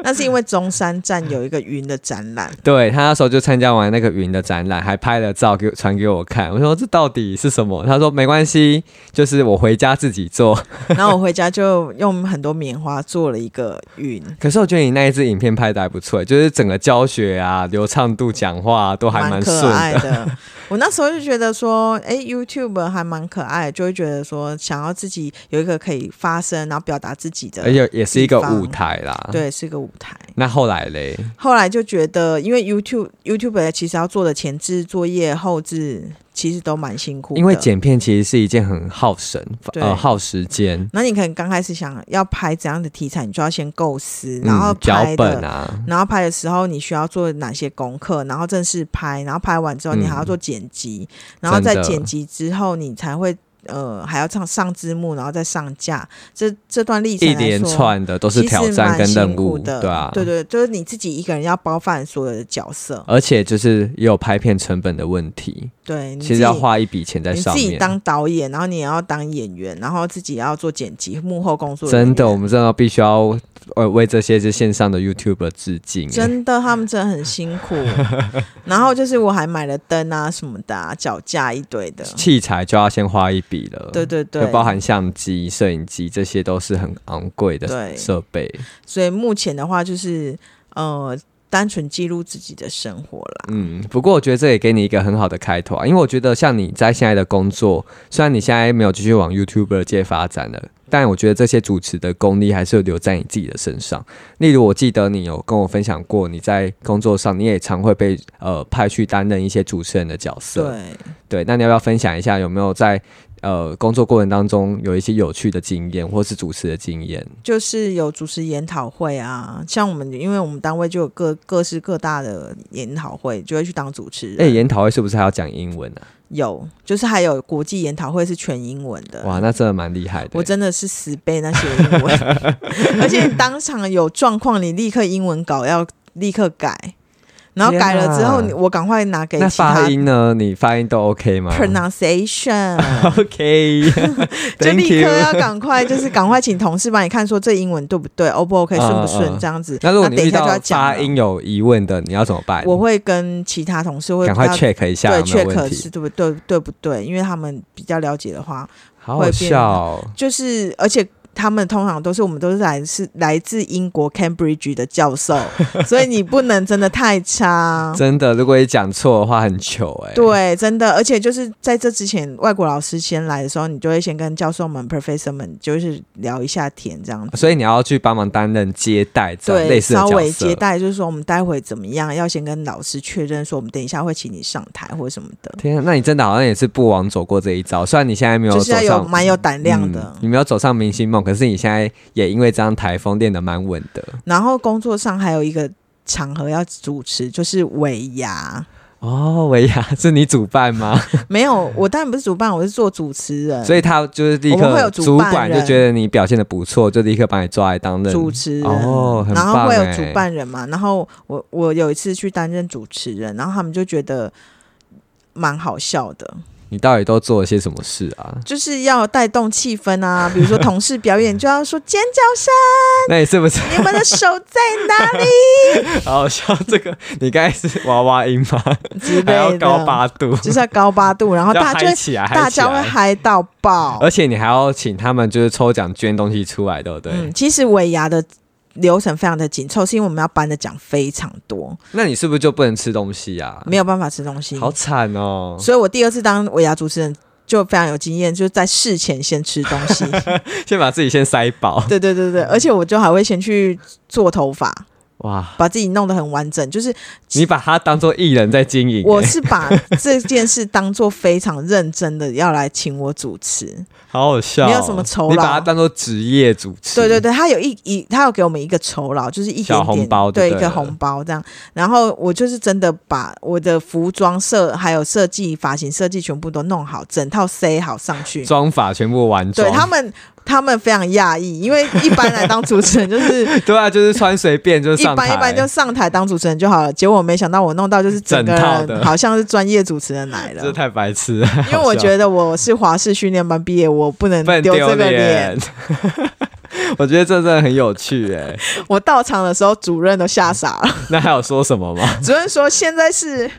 [SPEAKER 1] 那是因为中山站有一个云的展览，
[SPEAKER 2] 对他那时候就参加完那个云的展览，还拍了照给我传给我看。我说这到底是什么？他说没关系，就是我回家自己做。 <laughs>
[SPEAKER 1] 然后我回家就用很多棉花做了一个
[SPEAKER 2] <laughs>
[SPEAKER 1] 云，
[SPEAKER 2] 可是我觉得你那一支影片拍的还不错，就是整个教学啊、流畅度、讲话、啊、都还蛮顺
[SPEAKER 1] 可爱
[SPEAKER 2] 的。
[SPEAKER 1] 的。
[SPEAKER 2] <laughs>
[SPEAKER 1] 我那时候就觉得说，哎、y o u t u b e 还蛮可爱的，就会觉得说想要自己有一个可以发声，然后表达自己的，
[SPEAKER 2] 而且也是一个
[SPEAKER 1] 地方
[SPEAKER 2] 舞台啦。，
[SPEAKER 1] 对，是个舞台。
[SPEAKER 2] 那后来嘞，
[SPEAKER 1] 后来就觉得，因为 YouTube YouTube 其实要做的前置作业、后置，其实都蛮辛苦的。
[SPEAKER 2] 因为剪片其实是一件很耗神、呃
[SPEAKER 1] 对
[SPEAKER 2] 耗时间，
[SPEAKER 1] 那你可能刚开始想要拍怎样的题材，你就要先构思，然后
[SPEAKER 2] 嗯，脚
[SPEAKER 1] 拍的
[SPEAKER 2] 本啊，
[SPEAKER 1] 然后拍的时候你需要做哪些功课，然后正式拍，然后拍完之后
[SPEAKER 2] 嗯
[SPEAKER 1] 你还要做剪辑，然后在
[SPEAKER 2] 真的
[SPEAKER 1] 剪辑之后你才会呃还要上上字幕，然后再上架，这这段历程
[SPEAKER 2] 一
[SPEAKER 1] 来说
[SPEAKER 2] 连串的都是
[SPEAKER 1] 其实
[SPEAKER 2] 挑战
[SPEAKER 1] 蛮
[SPEAKER 2] 跟任
[SPEAKER 1] 辛苦
[SPEAKER 2] 务，
[SPEAKER 1] 的，
[SPEAKER 2] 对啊，
[SPEAKER 1] 对对，就是你自己一个人要包办所有的角色，
[SPEAKER 2] 而且就是也有拍片成本的问题，
[SPEAKER 1] 对，你
[SPEAKER 2] 其
[SPEAKER 1] 自
[SPEAKER 2] 实
[SPEAKER 1] 己
[SPEAKER 2] 要花一笔钱在
[SPEAKER 1] 嗯你
[SPEAKER 2] 上
[SPEAKER 1] 自己
[SPEAKER 2] 面。
[SPEAKER 1] 当导演，然后你也要当演员，然后自己也要做剪辑、幕后工作人
[SPEAKER 2] 真
[SPEAKER 1] 员，
[SPEAKER 2] 的，我们真的必须要呃为这些是线上的 YouTube 致敬。欸
[SPEAKER 1] 真的，他们真的很辛
[SPEAKER 2] <laughs>
[SPEAKER 1] 苦。然后就是我还买了灯啊什么的、啊，脚架一堆
[SPEAKER 2] <laughs>
[SPEAKER 1] 的。
[SPEAKER 2] 器材就要先花一笔了，
[SPEAKER 1] 对对对
[SPEAKER 2] 就，包含相机、摄影机这些都是很昂贵的
[SPEAKER 1] 对
[SPEAKER 2] 设备。
[SPEAKER 1] 所以目前的话就是呃，单纯记录自己的生活啦。
[SPEAKER 2] 嗯，不过我觉得这也给你一个很好的开头啊，因为我觉得像你在现在的工作，虽然你现在没有继续往 YouTuber 界发展了，但我觉得这些主持的功力还是有留在你自己的身上。例如，我记得你有跟我分享过，你在工作上你也常会被呃派去担任一些主持人的角色。
[SPEAKER 1] 对，
[SPEAKER 2] 对，那你要不要分享一下有没有在呃工作过程当中有一些有趣的经验，或是主持的经验？
[SPEAKER 1] 就是有主持研讨会啊，像我们，因为我们单位就有各各式各大的研讨会，就会去当主持
[SPEAKER 2] 哎、
[SPEAKER 1] 人。
[SPEAKER 2] 研讨会是不是还要讲英文啊？
[SPEAKER 1] 有，就是还有国际研讨会是全英文的。
[SPEAKER 2] 哇，那真的蛮厉害的。欸
[SPEAKER 1] 我真的是死背那些英
[SPEAKER 2] <laughs>
[SPEAKER 1] 文，而且当场有状况，你立刻英文稿要立刻改，然后改了之后，
[SPEAKER 2] 天啊
[SPEAKER 1] 你我赶快拿给
[SPEAKER 2] 那
[SPEAKER 1] 其他
[SPEAKER 2] 发音呢？你发音都 OK 吗
[SPEAKER 1] pronunciation，
[SPEAKER 2] <laughs> OK，
[SPEAKER 1] <laughs> 就
[SPEAKER 2] Thank
[SPEAKER 1] 立
[SPEAKER 2] you
[SPEAKER 1] 刻要赶快，就是赶快请同事帮你看说这英文对不对，O 不 OK，
[SPEAKER 2] 嗯
[SPEAKER 1] 顺不顺
[SPEAKER 2] 嗯
[SPEAKER 1] 这样子。
[SPEAKER 2] <laughs> 那如果你
[SPEAKER 1] 等一
[SPEAKER 2] 遇
[SPEAKER 1] 下
[SPEAKER 2] 到
[SPEAKER 1] 就要讲
[SPEAKER 2] 发
[SPEAKER 1] 了，
[SPEAKER 2] 音有疑问的，你要怎么办？
[SPEAKER 1] 我会跟其他同事会
[SPEAKER 2] 赶
[SPEAKER 1] 比
[SPEAKER 2] 快
[SPEAKER 1] 较
[SPEAKER 2] check 一下
[SPEAKER 1] 对
[SPEAKER 2] 有没有
[SPEAKER 1] check
[SPEAKER 2] 问
[SPEAKER 1] 是
[SPEAKER 2] 题。
[SPEAKER 1] 对不对对不对，因为他们比较了解的话，
[SPEAKER 2] 好好笑哦，
[SPEAKER 1] 就是而且。他们通常都是我们都是来是来自英国 Cambridge 的教授，所以你不能真的太差。
[SPEAKER 2] <laughs> 哦真的，如果你讲错的话，很糗哎、，
[SPEAKER 1] 对，真的，而且就是在这之前，外国老师先来的时候，你就会先跟教授们、professor 们就是聊一下天这样子。
[SPEAKER 2] 所以你要去帮忙担任接待这样类
[SPEAKER 1] 对，
[SPEAKER 2] 似的
[SPEAKER 1] 稍
[SPEAKER 2] 角
[SPEAKER 1] 微
[SPEAKER 2] 色
[SPEAKER 1] 接。待，就是说我们待会怎么样，要先跟老师确认说我们等一下会请你上台或什么的，
[SPEAKER 2] 天啊，那你真的好像也是不枉走过这一招。虽然你现在没有
[SPEAKER 1] 就
[SPEAKER 2] 走
[SPEAKER 1] 是要有
[SPEAKER 2] 上
[SPEAKER 1] 蛮有胆量的。
[SPEAKER 2] 嗯你没有走上明星梦，可是你现在也因为这样台风练得蛮稳的 <laughs>
[SPEAKER 1] 然后工作上还有一个场合要主持，就是尾牙。
[SPEAKER 2] 哦，维亚 <laughs> 是你主办吗？
[SPEAKER 1] 没有，我当然不是主办，我是做主持人，
[SPEAKER 2] 所以他就是立
[SPEAKER 1] 嗯我们会有
[SPEAKER 2] 刻
[SPEAKER 1] 主
[SPEAKER 2] 主
[SPEAKER 1] 办
[SPEAKER 2] 管就
[SPEAKER 1] 人
[SPEAKER 2] 觉得你表现的不错，就立刻把你抓来当任
[SPEAKER 1] 主持人。
[SPEAKER 2] 哦，很
[SPEAKER 1] 然
[SPEAKER 2] 棒
[SPEAKER 1] 后会有
[SPEAKER 2] 哎
[SPEAKER 1] 主办人嘛，然后我我有一次去担任主持人，然后他们就觉得蛮好笑的，
[SPEAKER 2] 你到底都做了些什么事
[SPEAKER 1] <laughs>
[SPEAKER 2] 啊？
[SPEAKER 1] 就是要带动气氛啊，比如说同事表
[SPEAKER 2] <laughs>
[SPEAKER 1] 演就要说尖叫声，
[SPEAKER 2] 那你是不是 <laughs>
[SPEAKER 1] 你们的手在哪里
[SPEAKER 2] 好好笑？这个你刚才是娃娃音吗？
[SPEAKER 1] 之
[SPEAKER 2] 还
[SPEAKER 1] 类
[SPEAKER 2] 要
[SPEAKER 1] 的，
[SPEAKER 2] 高八度，
[SPEAKER 1] 就是要高八度，然后
[SPEAKER 2] 要
[SPEAKER 1] 大家就
[SPEAKER 2] 嗨
[SPEAKER 1] 会
[SPEAKER 2] 起来，呃
[SPEAKER 1] 大
[SPEAKER 2] 嗨起
[SPEAKER 1] 家会
[SPEAKER 2] 来。
[SPEAKER 1] 嗨到爆。
[SPEAKER 2] 而且你还要请他们就是抽奖捐东西出来，对不对？
[SPEAKER 1] 嗯，其实尾牙的流程非常的紧凑，是因为我们要颁的奖非常多，
[SPEAKER 2] 那你是不是就不能吃东西啊？
[SPEAKER 1] 没有办法吃东西。
[SPEAKER 2] 好惨哦！
[SPEAKER 1] 所以我第二次当尾牙主持人就非常有经验，就是在事前先吃东
[SPEAKER 2] <laughs>
[SPEAKER 1] 西。
[SPEAKER 2] 先把自己先塞饱。
[SPEAKER 1] 对对对对，而且我就还会先去做头发，
[SPEAKER 2] 哇，
[SPEAKER 1] 把自己弄得很完整。就是
[SPEAKER 2] 你把它当做艺人在经营、
[SPEAKER 1] 我
[SPEAKER 2] 哎
[SPEAKER 1] 是把这件事当做非常认真的要来请我主持。
[SPEAKER 2] 好好笑哦、
[SPEAKER 1] 没有什么酬劳
[SPEAKER 2] 你把它当做职业主持。
[SPEAKER 1] 对对对，他有一一，他有给我们一个酬劳，就是一点点
[SPEAKER 2] 小红包就
[SPEAKER 1] 对
[SPEAKER 2] 对
[SPEAKER 1] 一
[SPEAKER 2] 了
[SPEAKER 1] 个红包这样。然后我就是真的把我的服装设还有设计、发型设计全部都弄好，整套塞好上去。
[SPEAKER 2] 妆法全部完妆。
[SPEAKER 1] 对他们，他们非常讶异，因为一般来当主持人就是
[SPEAKER 2] <laughs> 对啊，就是穿随便就是
[SPEAKER 1] 一
[SPEAKER 2] 上台，
[SPEAKER 1] 般一般就上台当主持人就好了。结果没想到我弄到就是整个
[SPEAKER 2] 整套的
[SPEAKER 1] 人好像是专业主持
[SPEAKER 2] <laughs>
[SPEAKER 1] 人来
[SPEAKER 2] 这
[SPEAKER 1] 了。
[SPEAKER 2] 太白痴了。
[SPEAKER 1] 因为我觉得我是华视训练班毕业，我不能
[SPEAKER 2] 不能
[SPEAKER 1] 丢这
[SPEAKER 2] 丢
[SPEAKER 1] 个脸
[SPEAKER 2] 脸。。 <laughs> 我觉得这真的很有趣哎、
[SPEAKER 1] 我到场的时候，主任都吓傻了。
[SPEAKER 2] 那还有说什么吗？
[SPEAKER 1] 主任说现在
[SPEAKER 2] <laughs>
[SPEAKER 1] 是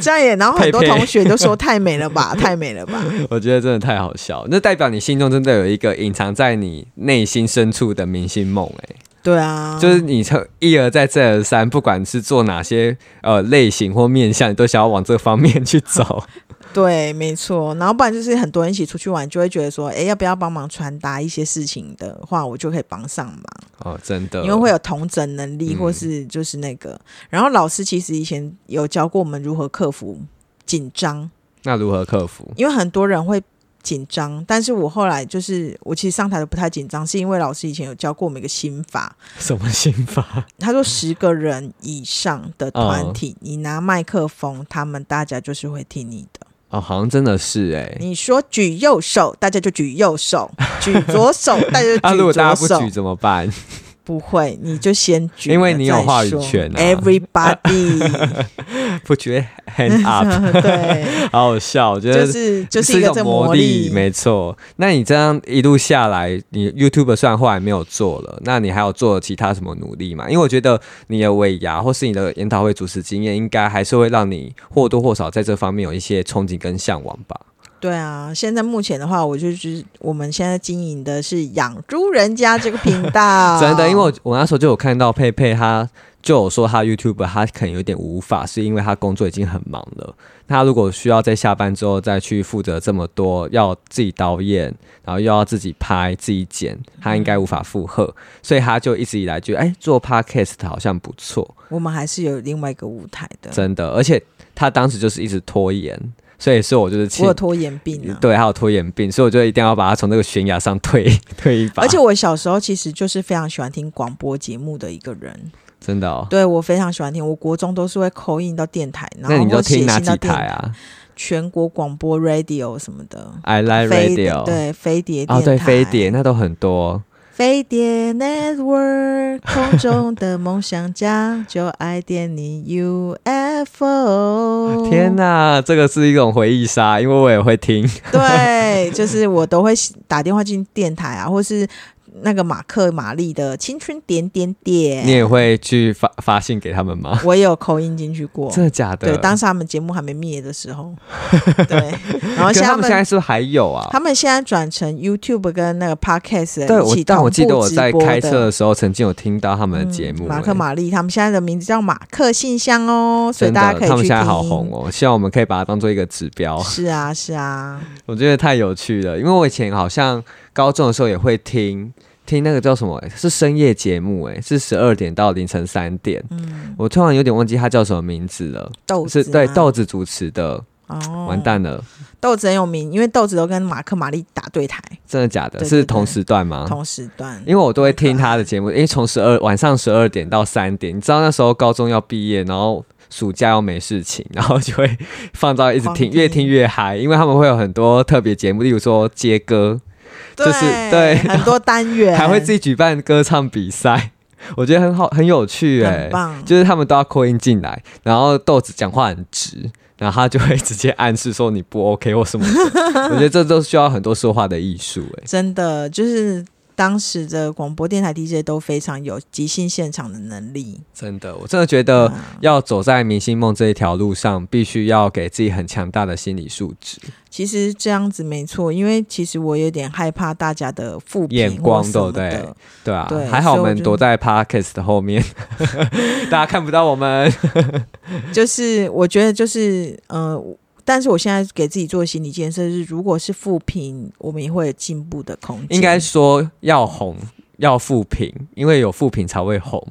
[SPEAKER 1] 这样也，然后很多
[SPEAKER 2] 佩佩
[SPEAKER 1] 同学就说太美了
[SPEAKER 2] <laughs>
[SPEAKER 1] 吧，太美了吧。
[SPEAKER 2] 我觉得真的太好笑，那代表你心中真的有一个隐藏在你内心深处的明星梦哎、
[SPEAKER 1] 对啊，
[SPEAKER 2] 就是你从一而再再而三，不管是做哪些呃类型或面向，你都想要往这方面去走。
[SPEAKER 1] 对，没错。然后不然就是很多人一起出去玩，就会觉得说，哎，要不要帮忙传达一些事情的话，我就可以帮上忙，
[SPEAKER 2] 哦，真的，
[SPEAKER 1] 因为会有同整能力，
[SPEAKER 2] 嗯
[SPEAKER 1] 或是就是那个。然后老师其实以前有教过我们如何克服紧张，
[SPEAKER 2] 那如何克服？
[SPEAKER 1] 因为很多人会。紧张，但是我后来就是，我其实上台都不太紧张，是因为老师以前有教过我们一个心法，
[SPEAKER 2] 什么心法？
[SPEAKER 1] 他说十个人以上的团体，你拿麦克风，他们大家就是会听你的。
[SPEAKER 2] 哦，好像真的是哎、
[SPEAKER 1] 你说举右手，大家就举右
[SPEAKER 2] <laughs>
[SPEAKER 1] 手；举左手，大家就
[SPEAKER 2] 啊那、如
[SPEAKER 1] 举
[SPEAKER 2] 果大
[SPEAKER 1] 左
[SPEAKER 2] 家不
[SPEAKER 1] 手。
[SPEAKER 2] 举怎么办？ <laughs>
[SPEAKER 1] 不会，你就先举了再说，
[SPEAKER 2] 因为你有话语权啊 <laughs>
[SPEAKER 1] Everybody，
[SPEAKER 2] 不举 hand up，
[SPEAKER 1] <laughs>
[SPEAKER 2] <laughs>
[SPEAKER 1] 对，
[SPEAKER 2] 好好笑，我觉得、
[SPEAKER 1] 就是就是一
[SPEAKER 2] 一
[SPEAKER 1] 个
[SPEAKER 2] 种
[SPEAKER 1] 这
[SPEAKER 2] 魔
[SPEAKER 1] 力。
[SPEAKER 2] 没错。那你这样一路下来，你 YouTube 虽然后来没有做了，那你还有做其他什么努力吗？因为我觉得你的尾牙或是你的研讨会主持经验，应该还是会让你或多或少在这方面有一些憧憬跟向往吧。
[SPEAKER 1] 对啊，现在目前的话，我就是我们现在经营的是养猪人家这个频道。
[SPEAKER 2] <laughs> 真的，因为我我那时候就有看到佩佩她就有说她 YouTube 她可能有点无法，是因为她工作已经很忙了。她如果需要在下班之后再去负责这么多，要自己导演，然后又要自己拍、自己剪，她应该无法负荷，所以她就一直以来觉得，哎、做 Podcast 好像不错，
[SPEAKER 1] 我们还是有另外一个舞台的，
[SPEAKER 2] 真的。而且她当时就是一直拖延，所以说我就是
[SPEAKER 1] 我
[SPEAKER 2] 请
[SPEAKER 1] 有拖延病啊。
[SPEAKER 2] 对，还有拖延病，所以我就一定要把她从这个悬崖上推 <laughs> 推一把。
[SPEAKER 1] 而且我小时候其实就是非常喜欢听广播节目的一个人，
[SPEAKER 2] 真的哦，
[SPEAKER 1] 对我非常喜欢听。我国中都是会口音到电台，然
[SPEAKER 2] 那你
[SPEAKER 1] 后
[SPEAKER 2] 就
[SPEAKER 1] 会写
[SPEAKER 2] 听哪
[SPEAKER 1] 信
[SPEAKER 2] 几
[SPEAKER 1] 到
[SPEAKER 2] 台
[SPEAKER 1] 电台，
[SPEAKER 2] 啊
[SPEAKER 1] 全国广播 radio 什么的。
[SPEAKER 2] ？I like
[SPEAKER 1] 飞
[SPEAKER 2] 哎 radio。
[SPEAKER 1] 对飞碟电
[SPEAKER 2] 哦，
[SPEAKER 1] 台，
[SPEAKER 2] 对，飞碟那都很多，
[SPEAKER 1] 飞碟 network 空中的梦想家，就爱点你 UFO。
[SPEAKER 2] <laughs> 天哪，这个是一种回忆杀，因为我也会听。
[SPEAKER 1] 对，就是我都会打电话进电台啊，或是那个马克玛丽的青春点点点，
[SPEAKER 2] 你也会去发发信给他们吗？
[SPEAKER 1] <laughs> 我也有口音进去过。
[SPEAKER 2] 真的假的？
[SPEAKER 1] 对，当时他们节目还没灭的时
[SPEAKER 2] <laughs>
[SPEAKER 1] 候，对，然后
[SPEAKER 2] 可是
[SPEAKER 1] 现在
[SPEAKER 2] 他
[SPEAKER 1] 他
[SPEAKER 2] 们
[SPEAKER 1] 们
[SPEAKER 2] 现在是不是还有啊？
[SPEAKER 1] 他们现在转成 YouTube 跟那个 Podcast
[SPEAKER 2] 对，
[SPEAKER 1] 一
[SPEAKER 2] 我
[SPEAKER 1] 起
[SPEAKER 2] 但我
[SPEAKER 1] 同
[SPEAKER 2] 记得
[SPEAKER 1] 步
[SPEAKER 2] 我
[SPEAKER 1] 直
[SPEAKER 2] 在
[SPEAKER 1] 播
[SPEAKER 2] 开
[SPEAKER 1] 的
[SPEAKER 2] 车的时候曾经有听到他们的节
[SPEAKER 1] 嗯
[SPEAKER 2] 目、
[SPEAKER 1] 马克
[SPEAKER 2] 欸
[SPEAKER 1] 玛丽，他们现在的名字叫马克信箱哦，所以
[SPEAKER 2] 真的
[SPEAKER 1] 大家可以去
[SPEAKER 2] 他们
[SPEAKER 1] 听。
[SPEAKER 2] 现在好红哦，希望我们可以把它当做一个指标。
[SPEAKER 1] 是啊，是啊，
[SPEAKER 2] 我觉得太有趣了，因为我以前好像高中的时候也会听听那个叫什么、是深夜节目、欸，是十二点到凌晨三点。
[SPEAKER 1] 嗯，
[SPEAKER 2] 我突然有点忘记它叫什么名字了。
[SPEAKER 1] 豆子
[SPEAKER 2] 是对
[SPEAKER 1] 吗
[SPEAKER 2] 豆子主持的，
[SPEAKER 1] 哦，
[SPEAKER 2] 完，蛋了，
[SPEAKER 1] 豆子很有名，因为豆子都跟马克玛丽打对台，
[SPEAKER 2] 真的假的？
[SPEAKER 1] 对对
[SPEAKER 2] 是同时段吗？
[SPEAKER 1] 同时段。
[SPEAKER 2] 啊因为我都会听他的节目，因为从十二晚上十二点到三点，你知道那时候高中要毕业，然后暑假又没事情， <laughs> 然后就会放到一直
[SPEAKER 1] 狂
[SPEAKER 2] 听，
[SPEAKER 1] 听
[SPEAKER 2] 越听越嗨，因为他们会有很多特别节目，例如说接歌，就是对
[SPEAKER 1] 很多单元，
[SPEAKER 2] <laughs> 还会自己举办歌唱比赛， <laughs> 我觉得很好，很有趣哎、
[SPEAKER 1] 很棒，
[SPEAKER 2] 就是他们都要扣音进来，然后豆子讲话很直，然后他就会直接暗示说你不 OK 或什么的。
[SPEAKER 1] <laughs>
[SPEAKER 2] 我觉得这都需要很多说话的艺术哎。
[SPEAKER 1] 真的就是。当时的广播电台 DJ 都非常有即兴现场的能力，
[SPEAKER 2] 真的，我真的觉得
[SPEAKER 1] 嗯
[SPEAKER 2] 要走在明星梦这一条路上，必须要给自己很强大的心理素质，
[SPEAKER 1] 其实这样子没错，因为其实我有点害怕大家的负评
[SPEAKER 2] 眼光
[SPEAKER 1] 或什么
[SPEAKER 2] 对不
[SPEAKER 1] 的
[SPEAKER 2] 对对啊，
[SPEAKER 1] 对
[SPEAKER 2] 还好我
[SPEAKER 1] 所以我
[SPEAKER 2] 们
[SPEAKER 1] 觉得
[SPEAKER 2] 躲在 Parkes 的后面， <laughs> 大家看不到我们。
[SPEAKER 1] 就是我觉得就是呃，但是我现在给自己做心理建设是，如果是负评，我们也会有进步的空间。
[SPEAKER 2] 应该说要红，要负评，因为有负评才会红，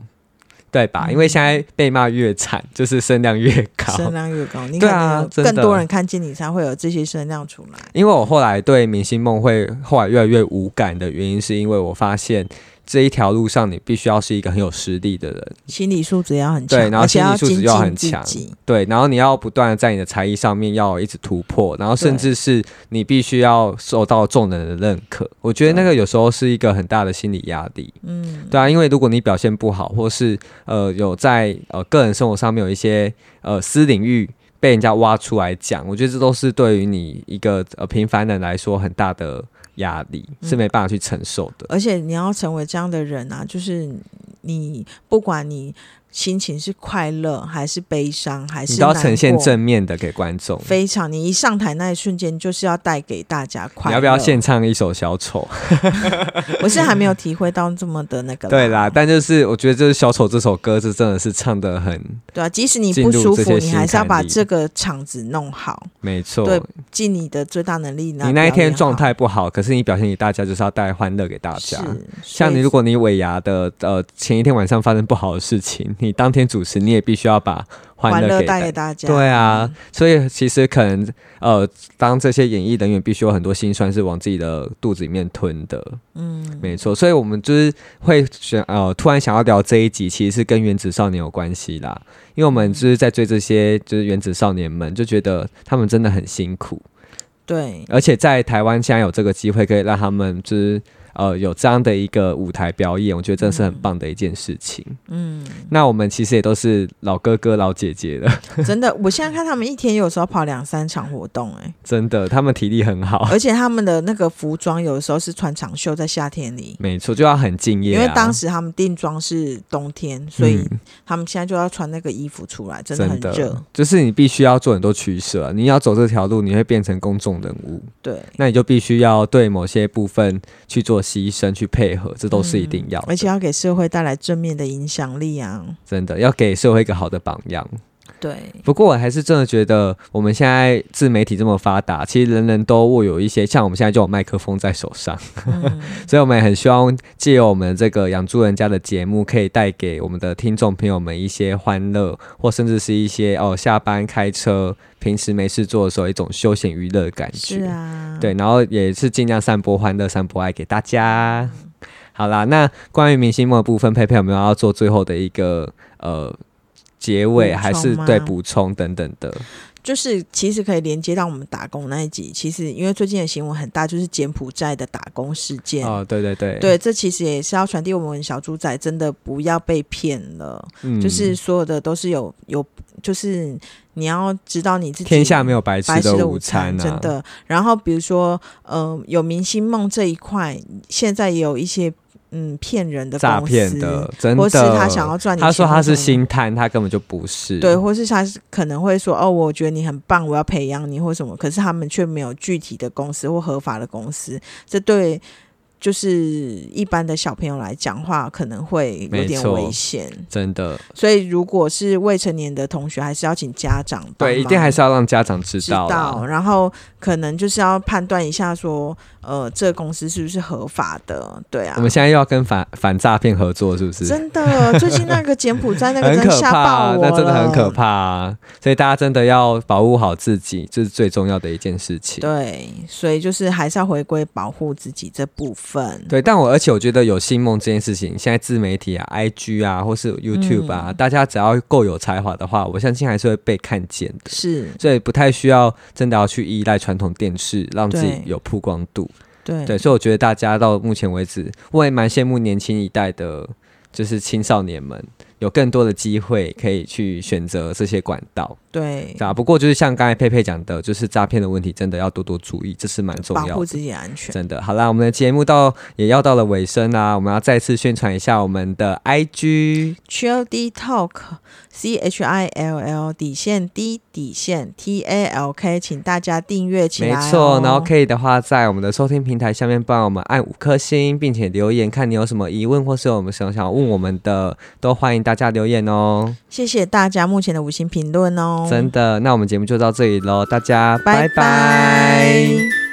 [SPEAKER 2] 对吧？因为现在被骂越惨，就是声量越高，
[SPEAKER 1] 声量越高，你可
[SPEAKER 2] 对啊
[SPEAKER 1] 能有
[SPEAKER 2] 真的
[SPEAKER 1] 更多人看见你，才会有这些声量出来。
[SPEAKER 2] 因为我后来对明星梦会后来越来越无感的原因，是因为我发现这一条路上你必须要是一个很有实力的人，
[SPEAKER 1] 心理素质也要很强，
[SPEAKER 2] 对，然后
[SPEAKER 1] 而且
[SPEAKER 2] 心理素质
[SPEAKER 1] 精
[SPEAKER 2] 又
[SPEAKER 1] 进
[SPEAKER 2] 很
[SPEAKER 1] 自
[SPEAKER 2] 强
[SPEAKER 1] 己，
[SPEAKER 2] 对，然后你要不断的在你的才艺上面要一直突破，然后甚至是你必须要受到众人的认可。我觉得那个有时候是一个很大的心理压力，
[SPEAKER 1] 嗯，
[SPEAKER 2] 对啊，因为如果你表现不好，或是呃有在呃个人生活上面有一些呃私领域被人家挖出来讲，我觉得这都是对于你一个呃平凡人来说很大的压力，是
[SPEAKER 1] 嗯
[SPEAKER 2] 没办法去承受的。
[SPEAKER 1] 而且你要成为这样的人啊，就是你不管你心情是快乐还是悲伤，还
[SPEAKER 2] 你
[SPEAKER 1] 是
[SPEAKER 2] 都要呈现
[SPEAKER 1] 难过
[SPEAKER 2] 正面的给观众。
[SPEAKER 1] 非常，你一上台那一瞬间就是要带给大家快乐。
[SPEAKER 2] 你要不要献唱一首小丑？
[SPEAKER 1] 我是还没有体会到这么的那
[SPEAKER 2] <laughs>
[SPEAKER 1] 个。
[SPEAKER 2] 对啦，，但就是我觉得就是小丑这首歌，这真的是唱的很
[SPEAKER 1] 对啊，即使你
[SPEAKER 2] 进
[SPEAKER 1] 不
[SPEAKER 2] 入
[SPEAKER 1] 舒
[SPEAKER 2] 这
[SPEAKER 1] 服，
[SPEAKER 2] 些
[SPEAKER 1] 你
[SPEAKER 2] 心
[SPEAKER 1] 还是要
[SPEAKER 2] 坎
[SPEAKER 1] 把
[SPEAKER 2] 里
[SPEAKER 1] 这个场子弄好，
[SPEAKER 2] 没错。
[SPEAKER 1] 对尽你的最大能力。
[SPEAKER 2] 你那一
[SPEAKER 1] 表演
[SPEAKER 2] 天状
[SPEAKER 1] 好
[SPEAKER 2] 态不好，可是你表现给大家就是要带欢乐给大家。
[SPEAKER 1] 是，
[SPEAKER 2] 像你，如
[SPEAKER 1] 果
[SPEAKER 2] 果你尾牙的呃前一天晚上发生不好的事情，你当天主持，你也必须要把欢
[SPEAKER 1] 欢
[SPEAKER 2] 乐
[SPEAKER 1] 乐
[SPEAKER 2] 给
[SPEAKER 1] 带给
[SPEAKER 2] 大。
[SPEAKER 1] 大家。
[SPEAKER 2] 对啊，所以其实可能呃，当这些演艺人员必须有很多辛酸是往自己的肚子里面吞的，
[SPEAKER 1] 嗯，
[SPEAKER 2] 没错。所以我们就是会选呃，突然想要聊这一集，其实是跟原子少年有关系啦，因为我们就是在追这些就是原子少年们，就觉得他们真的很辛苦，
[SPEAKER 1] 对，
[SPEAKER 2] 而且在台湾现在有这个机会，可以让他们就是呃有这样的一个舞台表演，我觉得真的是很棒的一件事情。
[SPEAKER 1] 嗯，
[SPEAKER 2] 那我们其实也都是老哥哥、老姐姐了，
[SPEAKER 1] 真的，我现在看他们一天有时候跑两三场活动、欸，
[SPEAKER 2] 真的，他们体力
[SPEAKER 1] <laughs>
[SPEAKER 2] 很好，
[SPEAKER 1] 而且他们的那个服装有的时候是穿长袖，在夏天里。
[SPEAKER 2] 没错，就要很敬业、啊。
[SPEAKER 1] 因为当时他们定妆是冬天，所以
[SPEAKER 2] 嗯
[SPEAKER 1] 他们现在就要穿那个衣服出来，真的很
[SPEAKER 2] 真
[SPEAKER 1] 热
[SPEAKER 2] 的。就是你必须要做很多取舍啊、你要走这条路，你会变成公众人物，
[SPEAKER 1] 对，
[SPEAKER 2] 那你就必须要对某些部分去做牺牲、去配合，这都是一定要的
[SPEAKER 1] 而且要给社会带来正面的影响力啊。
[SPEAKER 2] 真的要给社会一个好的榜样。
[SPEAKER 1] 对，
[SPEAKER 2] 不过我还是真的觉得，我们现在自媒体这么发达，其实人人都握有一些，像我们现在就有麦克风在手上，
[SPEAKER 1] 嗯
[SPEAKER 2] <laughs> 所以我们也很希望借由我们这个养猪人家的节目，可以带给我们的听众朋友们一些欢乐，或甚至是一些哦下班开车、平时没事做的时候一种休闲娱乐的感觉。
[SPEAKER 1] 是啊，
[SPEAKER 2] 对，然后也是尽量散播欢乐、散播爱给大家。好啦，那关于明星梦的部分，佩佩有没有要做最后的一个呃结尾，
[SPEAKER 1] 补
[SPEAKER 2] 还是
[SPEAKER 1] 充吗
[SPEAKER 2] 对补充等等的？
[SPEAKER 1] 就是其实可以连接到我们打工那一集。其实因为最近的新闻很大，就是柬埔寨的打工事件。
[SPEAKER 2] 哦，对对对，
[SPEAKER 1] 对，这其实也是要传递我们小猪仔真的不要被骗了，
[SPEAKER 2] 嗯
[SPEAKER 1] 就是所有的都是有有，就是你要知道你自己
[SPEAKER 2] 天下没有白
[SPEAKER 1] 白
[SPEAKER 2] 吃
[SPEAKER 1] 吃的
[SPEAKER 2] 午
[SPEAKER 1] 午餐，
[SPEAKER 2] 啊，
[SPEAKER 1] 真。的。然后比如说，嗯、有明星梦这一块，现在也有一些嗯骗人的
[SPEAKER 2] 诈
[SPEAKER 1] 公司
[SPEAKER 2] 骗的，，真的。
[SPEAKER 1] 或是他想要赚你钱，
[SPEAKER 2] 他说他是
[SPEAKER 1] 或什么
[SPEAKER 2] 星探，他根本就不是。
[SPEAKER 1] 对，或是他是可能会说哦，我觉得你很棒，我要培养你或什么，可是他们却没有具体的公司或合法的公司，这对就是一般的小朋友来讲话可能会有
[SPEAKER 2] 没
[SPEAKER 1] 点
[SPEAKER 2] 错
[SPEAKER 1] 危险，
[SPEAKER 2] 真的，
[SPEAKER 1] 所以如果是未成年的同学，还是要请家长帮
[SPEAKER 2] 对，一定还
[SPEAKER 1] 忙
[SPEAKER 2] 是要让家长知
[SPEAKER 1] 知
[SPEAKER 2] 道啦。
[SPEAKER 1] 道，然后可能就是要判断一下说，呃，这个公司是不是合法的？对啊
[SPEAKER 2] 我，们现在又要跟反反诈骗合作，是不是？
[SPEAKER 1] 真的，最近那个柬埔寨那个
[SPEAKER 2] <laughs> 很
[SPEAKER 1] 真的
[SPEAKER 2] 可
[SPEAKER 1] 吓
[SPEAKER 2] 怕、
[SPEAKER 1] 爆
[SPEAKER 2] 啊，
[SPEAKER 1] 我
[SPEAKER 2] 那真的很
[SPEAKER 1] 了
[SPEAKER 2] 可怕、啊。所以大家真的要保护好自己，这是最重要的一件事情。
[SPEAKER 1] 对，所以就是还是要回归保护自己这部分。
[SPEAKER 2] 对，但我而且我觉得有星梦这件事情，现在自媒体啊、IG 啊，或是 YouTube
[SPEAKER 1] 嗯
[SPEAKER 2] 啊，大家只要够有才华的话，我相信还是会被看见的。
[SPEAKER 1] 是，
[SPEAKER 2] 所以不太需要真的要去依赖传统电视，让自己
[SPEAKER 1] 对
[SPEAKER 2] 有曝光度。
[SPEAKER 1] 对，
[SPEAKER 2] 对，所以我觉得大家到目前为止，我也蛮羡慕年轻一代的，就是青少年们有更多的机会可以去选择这些管道。
[SPEAKER 1] 对
[SPEAKER 2] 对，啊，不过就是像刚才佩佩讲的，就是诈骗的问题，真的要多多注意，这是蛮重
[SPEAKER 1] 保
[SPEAKER 2] 要
[SPEAKER 1] 护
[SPEAKER 2] 的。
[SPEAKER 1] 自己的安全。
[SPEAKER 2] 真的，好啦，我们的节目到也要到了尾声啦，我们要再次宣传一下我们的 IG，
[SPEAKER 1] Chill D Talk C H I L L 底线 D 底线 T A L K，请大家订阅 <laughs> 起
[SPEAKER 2] 没
[SPEAKER 1] 来、哦。
[SPEAKER 2] 错，然后可以的话，在我们的收听平台下面帮我们按五颗星，并且留言，看你有什么疑问或是有什么想问我们的，都欢迎大家留言哦。
[SPEAKER 1] 谢谢大家目前的五星评论哦，
[SPEAKER 2] 真的，那我们节目就到这里喽，大家
[SPEAKER 1] 拜
[SPEAKER 2] 拜拜